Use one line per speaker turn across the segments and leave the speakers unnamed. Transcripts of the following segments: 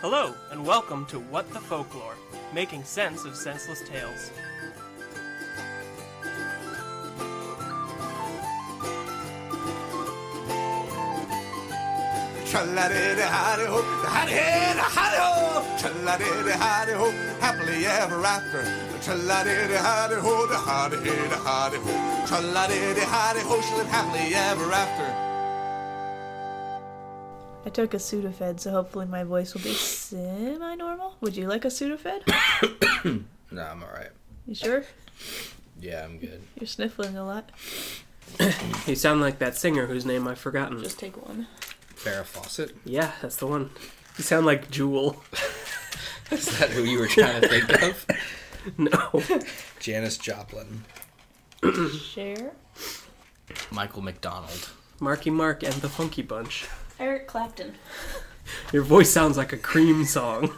Hello, and welcome to What the Folklore, making sense of senseless tales.
Tra-la-di-di-hi-di-ho, hi-di-hi-di-hi-di-ho. Tra-la-di-di-hi-di-ho, happily ever after. Tra-la-di-di-hi-di-ho, hi-di-hi-di-hi-di-ho. Tra-la-di-di-hi-di-ho, she lived happily ever after.
I took a Sudafed, so hopefully my voice will be semi-normal. Would you like a Sudafed?
No, I'm alright.
You sure?
Yeah, I'm good.
You're sniffling a lot.
You sound like that singer whose name I've forgotten.
Just take one.
Farrah Fawcett?
yeah, that's the one. You sound like Jewel.
Is that who you were trying to think of?
No.
Janice Joplin.
Share.
Michael McDonald.
Marky Mark and the Funky Bunch.
Eric Clapton.
Your voice sounds like a cream song.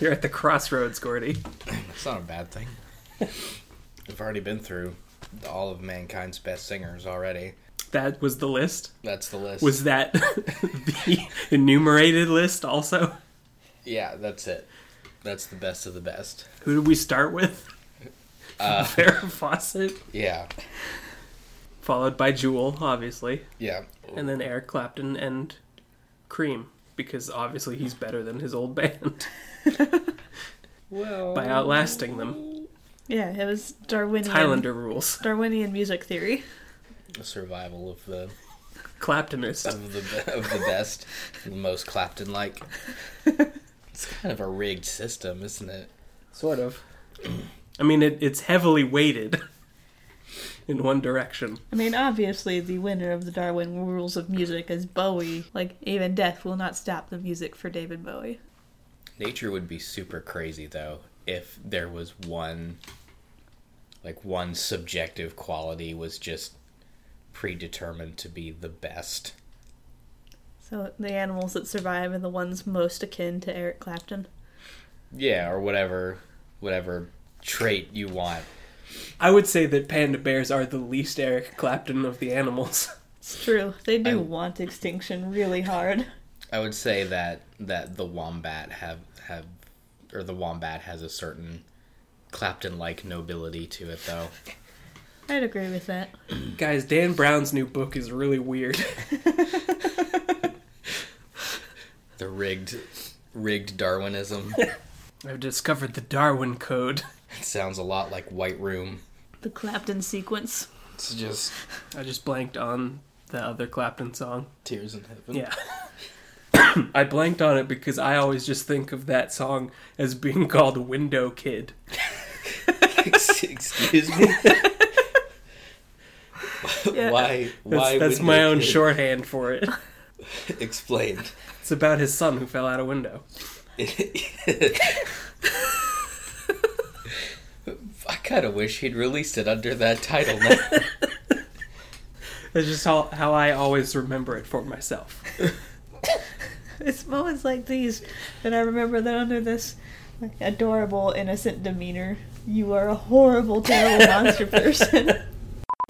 You're at the crossroads, Gordy.
That's not a bad thing. I've already been through all of mankind's best singers already.
That was the list.
That's the list.
Was that the enumerated list also?
yeah, that's it. That's the best of the best.
Who did we start with? Farrah Fawcett,
Yeah,
followed by Jewel, obviously,
yeah.
and then Eric Clapton and Cream, because obviously he's better than his old band
Well,
by outlasting them.
Yeah, it was Darwinian.
Highlander rules.
Darwinian music theory.
the survival of the
Claptonist.
of the be- of the best, the most Clapton-like. It's kind of a rigged system, isn't it?
Sort of. I mean, it, it's heavily weighted in one direction.
I mean, obviously, the winner of the Darwin rules of music is Bowie. Like, even death will not stop the music for David Bowie.
Nature would be super crazy though if there was one like one subjective quality was just predetermined to be the best.
So the animals that survive are the ones most akin to Eric Clapton.
Yeah, or whatever whatever trait you want.
I would say that panda bears are the least Eric Clapton of the animals.
It's true. They do
I-
want extinction really hard.
I would say that that the wombat have have or the wombat has a certain Clapton like nobility to it though.
I'd agree with that.
Guys, Dan Brown's new book is really weird.
The rigged rigged Darwinism.
I've discovered the Darwin Code.
it sounds a lot like White Room.
The Clapton sequence.
It's just
I just blanked on the other Clapton song.
tears in heaven.
Yeah. I blanked on it because I always just think of that song as being called Window Kid.
Excuse me. Why?
That's,
Why?
that's
would
my
you
own
kid-
shorthand for it.
Explain.
It's about his son who fell out a window.
I kind of wish he'd released it under that title. Now.
That's just how, how I always remember it for myself.
It's moments like these that I remember that under this like, adorable, innocent demeanor, you are a horrible, terrible monster person.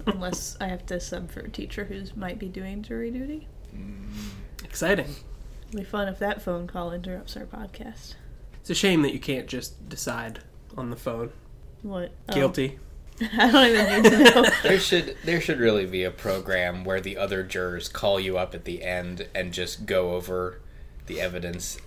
Unless I have to sub for a teacher who might be doing jury duty.
Exciting.
It'll be fun if that phone call interrupts our podcast.
It's a shame that you can't just decide on the phone.
What? Oh.
Guilty.
I don't even need to know.
There should there should really be a program where the other jurors call you up at the end and just go over the evidence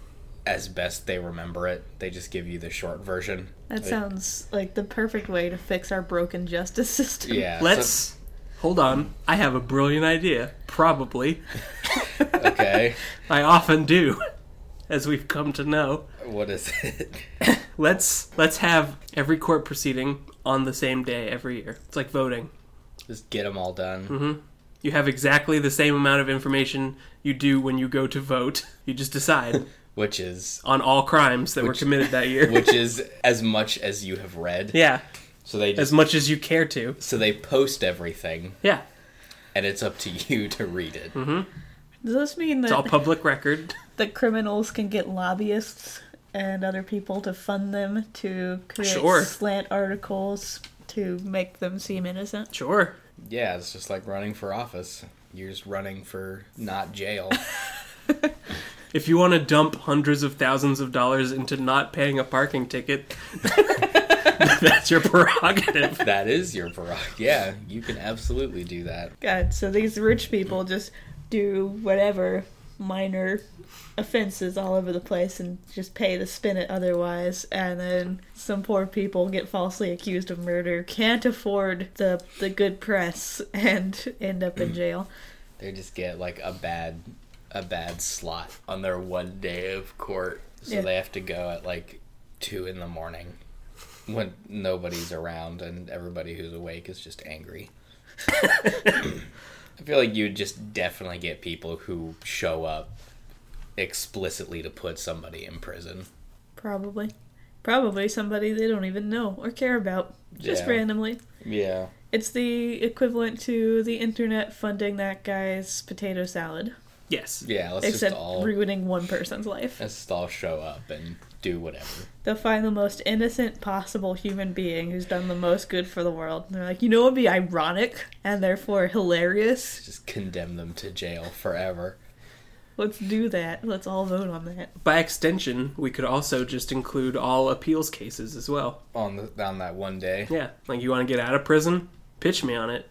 as best they remember it. They just give you the short version.
That sounds like the perfect way to fix our broken justice system.
Yeah. so-
Let's. Hold on. I have a brilliant idea. Probably.
okay.
I often do, as we've come to know.
What is it?
Let's let's have every court proceeding on the same day every year. It's like voting.
Just get them all done.
Mm-hmm. You have exactly the same amount of information you do when you go to vote. You just decide
Which is
on all crimes that were
Which-
committed that year.
which is as much as you have read.
yeah,
So they just
as much as you care to.
so they post everything,
Yeah,
and it's up to you to read it.
Mm-hmm.
Does this mean
it's all
that
public record.
the criminals can get lobbyists and other people to fund them to create
Sure.
slant articles to make them seem innocent?
Sure.
Yeah, it's just like running for office. You're just running for not jail.
If you want to dump hundreds of thousands of dollars into not paying a parking ticket, that's your prerogative.
That is your prerogative. Yeah, you can absolutely do that.
God, so these rich people just do whatever minor offenses all over the place and just pay to spin it otherwise and then some poor people get falsely accused of murder can't afford the the good press and end up in jail
They just get like a bad a bad slot on their one day of court. So
Yeah.
they have to go at like two in the morning when nobody's around and everybody who's awake is just angry. I feel like you'd just definitely get people who show up explicitly to put somebody in prison.
probably probably somebody they don't even know or care about just
Yeah.
randomly
Yeah.
it's the equivalent to the internet funding that guy's potato salad
Yes.
Yeah, let's
except
just all
ruining one person's life
let's just all show up and do whatever.
They'll find the most innocent possible human being who's done the most good for the world. And they're like, you know what would be ironic and therefore hilarious?
Just condemn them to jail forever.
Let's do that. Let's all vote on that.
By extension, we could also just include all appeals cases as well.
On the, on that one day.
Yeah. Like you want to get out of prison? Pitch me on it.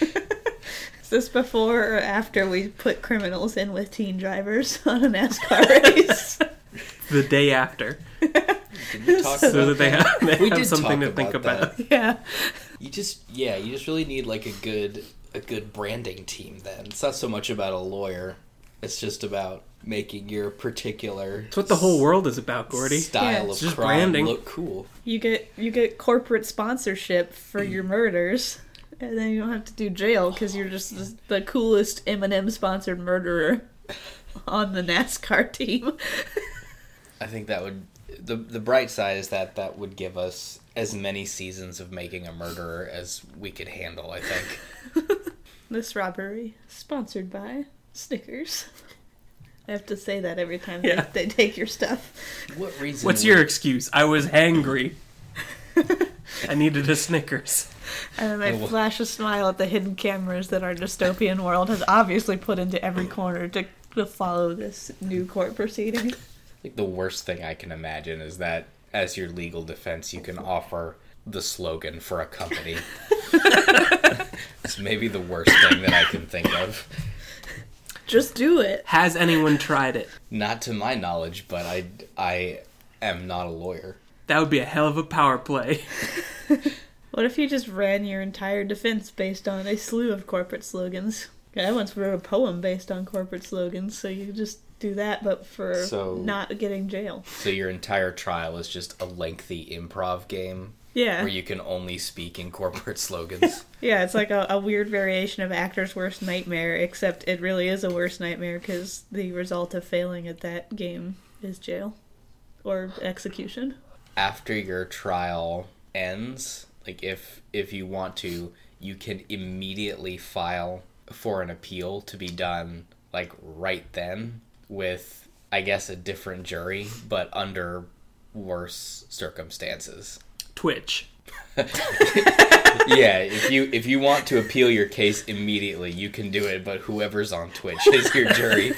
Is this before or after we put criminals in with teen drivers on a NASCAR race?
The day after.
Did we talk
So that
about
they
that?
have, they
We
have
did
something to
talk
think
about
about.
yeah.
You just yeah, you just really need like a good a good branding team then. It's not so much about a lawyer. It's just about making your particular
That's what the whole world is about, Gordy.
style
Yeah.
of
It's just
crime
branding.
look cool.
You get you get corporate sponsorship for your murders. And then you don't have to do jail because you're just the- the coolest Eminem sponsored murderer on the NASCAR team.
I think that would the the bright side is that that would give us as many seasons of making a murderer as we could handle, I think.
This robbery sponsored by Snickers. I have to say that every time
Yeah.
they, they take your stuff.
What reason
What's
would-
your excuse? I was hangry. I needed a Snickers.
And then I
Oh, well.
flash a smile at the hidden cameras that our dystopian world has obviously put into every corner to, to follow this new court proceeding.
Like the worst thing I can imagine is that as your legal defense, you can offer the slogan for a company. it's maybe the worst thing that I can think of.
Just do it.
Has anyone tried it?
Not to my knowledge, but I I am not a lawyer.
That would be a hell of a power play.
What if you just ran your entire defense based on a slew of corporate slogans? I once wrote a poem based on corporate slogans, so you just do that, but for
So-
not getting jail.
So your entire trial is just a lengthy improv game
Yeah.
where you can only speak in corporate slogans.
Yeah, it's like a, a weird variation of actor's worst nightmare, except it really is a worst nightmare because the result of failing at that game is jail or execution.
After your trial ends, like if if you want to, you can immediately file for an appeal to be done like right then with I guess a different jury, but under worse circumstances.
Twitch.
yeah, if you if you want to appeal your case immediately, you can do it, but whoever's on Twitch is your jury.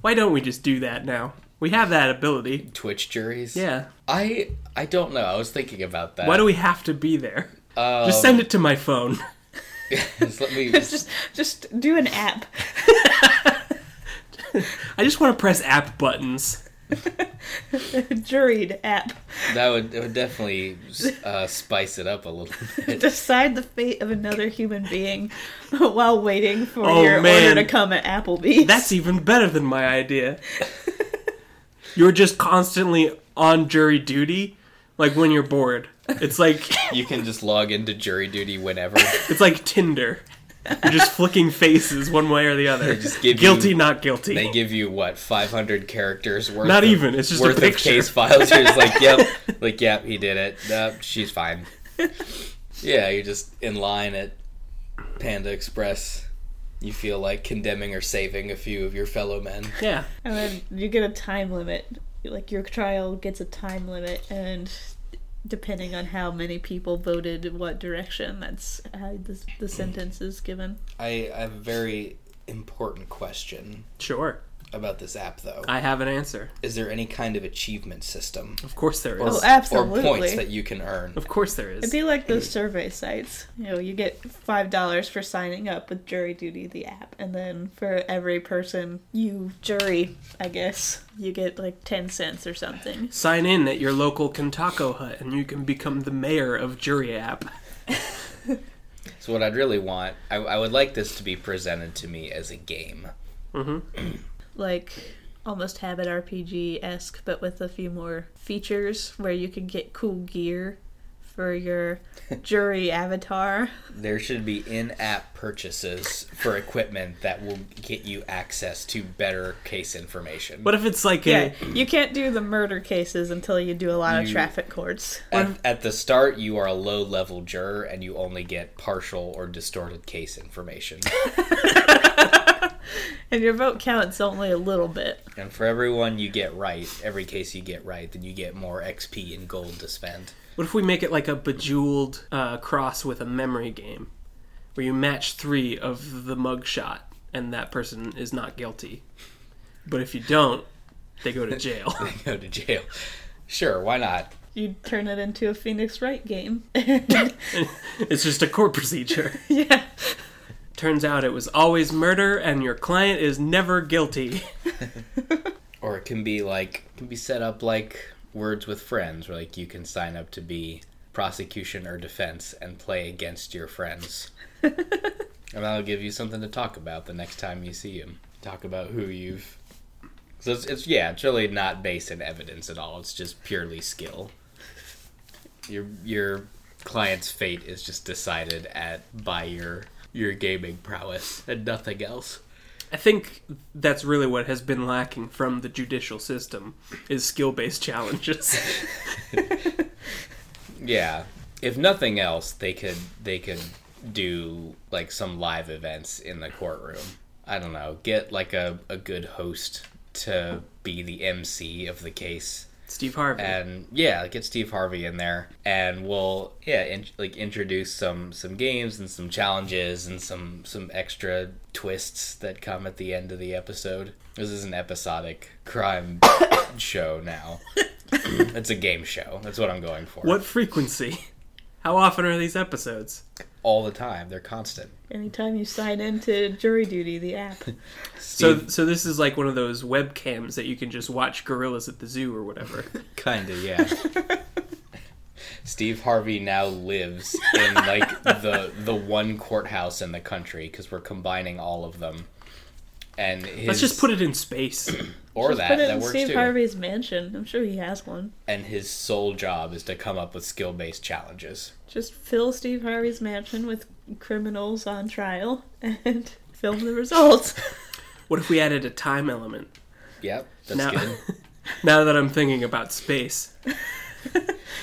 Why don't we just do that now? We have that ability.
Twitch juries.
Yeah.
I I don't know. I was thinking about that.
Why do we have to be there?
Um,
Just send it to my phone.
just let me
Just just do an app.
I just want to press app buttons.
Juried app.
that would, that would definitely uh, spice it up a little bit.
Decide the fate of another human being while waiting for
Oh,
your
man.
order to come at Applebee's.
That's even better than my idea. You're just constantly on jury duty, like when you're bored. It's like
You can just log into jury duty whenever.
it's like Tinder. You're just flicking faces one way or the other.
just give
guilty,
you-
not guilty.
They give you what 500 characters worth.
Not
of-
even, it's just a
worth of
picture.
case files. You're just like, yep, like yep, he did it. Nope, she's fine. Yeah, you're just in line at Panda Express. You feel like condemning or saving a few of your fellow men.
yeah.
And then you get a time limit. Like your trial gets a time limit, and depending on how many people voted in what direction, that's how the, the sentence is given.
I I'm very important question
Sure.
about this app, though.
I have an answer.
Is there any kind of achievement system
Of course there
or,
is.
Oh, absolutely.
or points that you can earn?
Of course there
It'd
is.
be like those survey sites. You know, you get five dollars for signing up with Jury Duty, the app, and then for every person you jury, I guess, you get like ten cents or something.
Sign in at your local Kentucky hut and you can become the mayor of Jury App.
So what I'd really want, I, I would like this to be presented to me as a game.
Like almost habit RPG esque, but with a few more features where you can get cool gear for your jury avatar.
There should be in-app purchases for equipment that will get you access to better case information.
What if it's like
Yeah,
a
you can't do the murder cases until you do a lot of
You-
traffic courts.
at, at the start, you are a low-level juror and you only get partial or distorted case information.
And your vote counts only a little bit.
and for everyone you get right, every case you get right, then you get more XP and gold to spend.
What if we make it like a bejeweled uh, cross with a memory game, where you match three of the mugshot, and that person is not guilty. But if you don't, they go to jail.
Go to jail. Sure, why not?
you turn it into a Phoenix Wright game.
it's just a court procedure.
yeah.
Turns out it was always murder, and your client is never guilty.
or it can be like it can be set up like words with friends where like you can sign up to be prosecution or defense and play against your friends and that'll give you something to talk about the next time you see him talk about who you've so it's, it's yeah it's really not based in evidence at all it's just purely skill your your client's fate is just decided at by your your gaming prowess and nothing else
I think that's really what has been lacking from the judicial system is skill-based challenges.
Yeah. If nothing else, they could they could do like some live events in the courtroom. I don't know. Get like a, a good host to be the MC of the case.
Steve Harvey.
And yeah, get Steve Harvey in there and we'll yeah, in, like introduce some some games and some challenges and some some extra twists that come at the end of the episode. This is an episodic crime show now. it's a game show. That's what I'm going for.
what frequency? How often are these episodes?
all the time. They're constant.
Anytime you sign into Jury Duty, the app.
So, so this is like one of those webcams that you can just watch gorillas at the zoo or whatever.
kind of, yeah. Steve Harvey now lives in like the the one courthouse in the country because we're combining all of them. And his,
Let's just put it in space.
or that
Put it
that
in
works
Steve
too.
Harvey's mansion. I'm sure he has one.
And his sole job is to come up with skill based challenges.
Just fill Steve Harvey's mansion with criminals on trial and film the results.
What if we added a time element?
Yep, that's
Now,
good.
now that I'm thinking about space,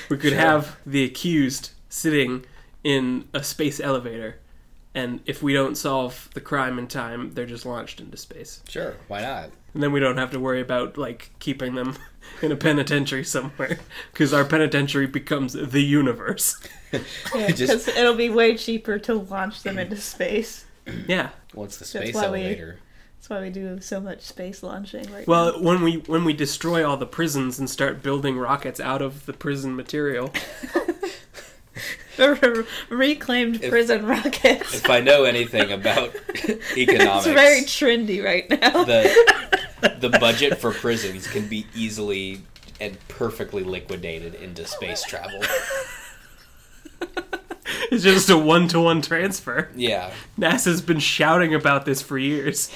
we could have the accused sitting in a space elevator, and if we don't solve the crime in time, they're just launched into space,
Sure, why not?
and then we don't have to worry about like keeping them in a penitentiary somewhere because our penitentiary becomes the universe.
Yeah,
Just-
Because it'll be way cheaper to launch them into space.
Yeah.
What's the space
why we-
elevator?
That's why we do so much space launching right now.
Well, when we when we destroy all the prisons and start building rockets out of the prison material,
The re- reclaimed prison rockets.
If I know anything about economics,
It's very trendy right now.
the the budget for prisons can be easily and perfectly liquidated into space travel.
it's just a one to one transfer.
Yeah.
NASA's been shouting about this for years.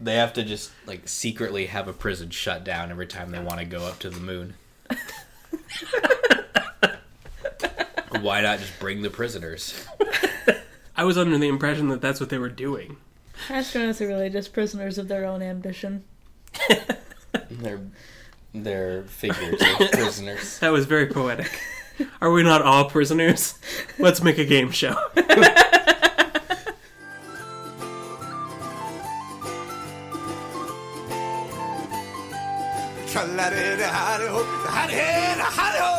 They have to just like secretly have a prison shut down every time they want to go up to the moon. Why not just bring the prisoners?
I was under the impression that that's what they were doing.
Astronauts are really just prisoners of their own ambition.
They're they're figurative prisoners.
That was very poetic. Are we not all prisoners? Let's make a game show.
Tra-la-di-di-hi-di-ho, hi-di-hi-di-hi-di-ho.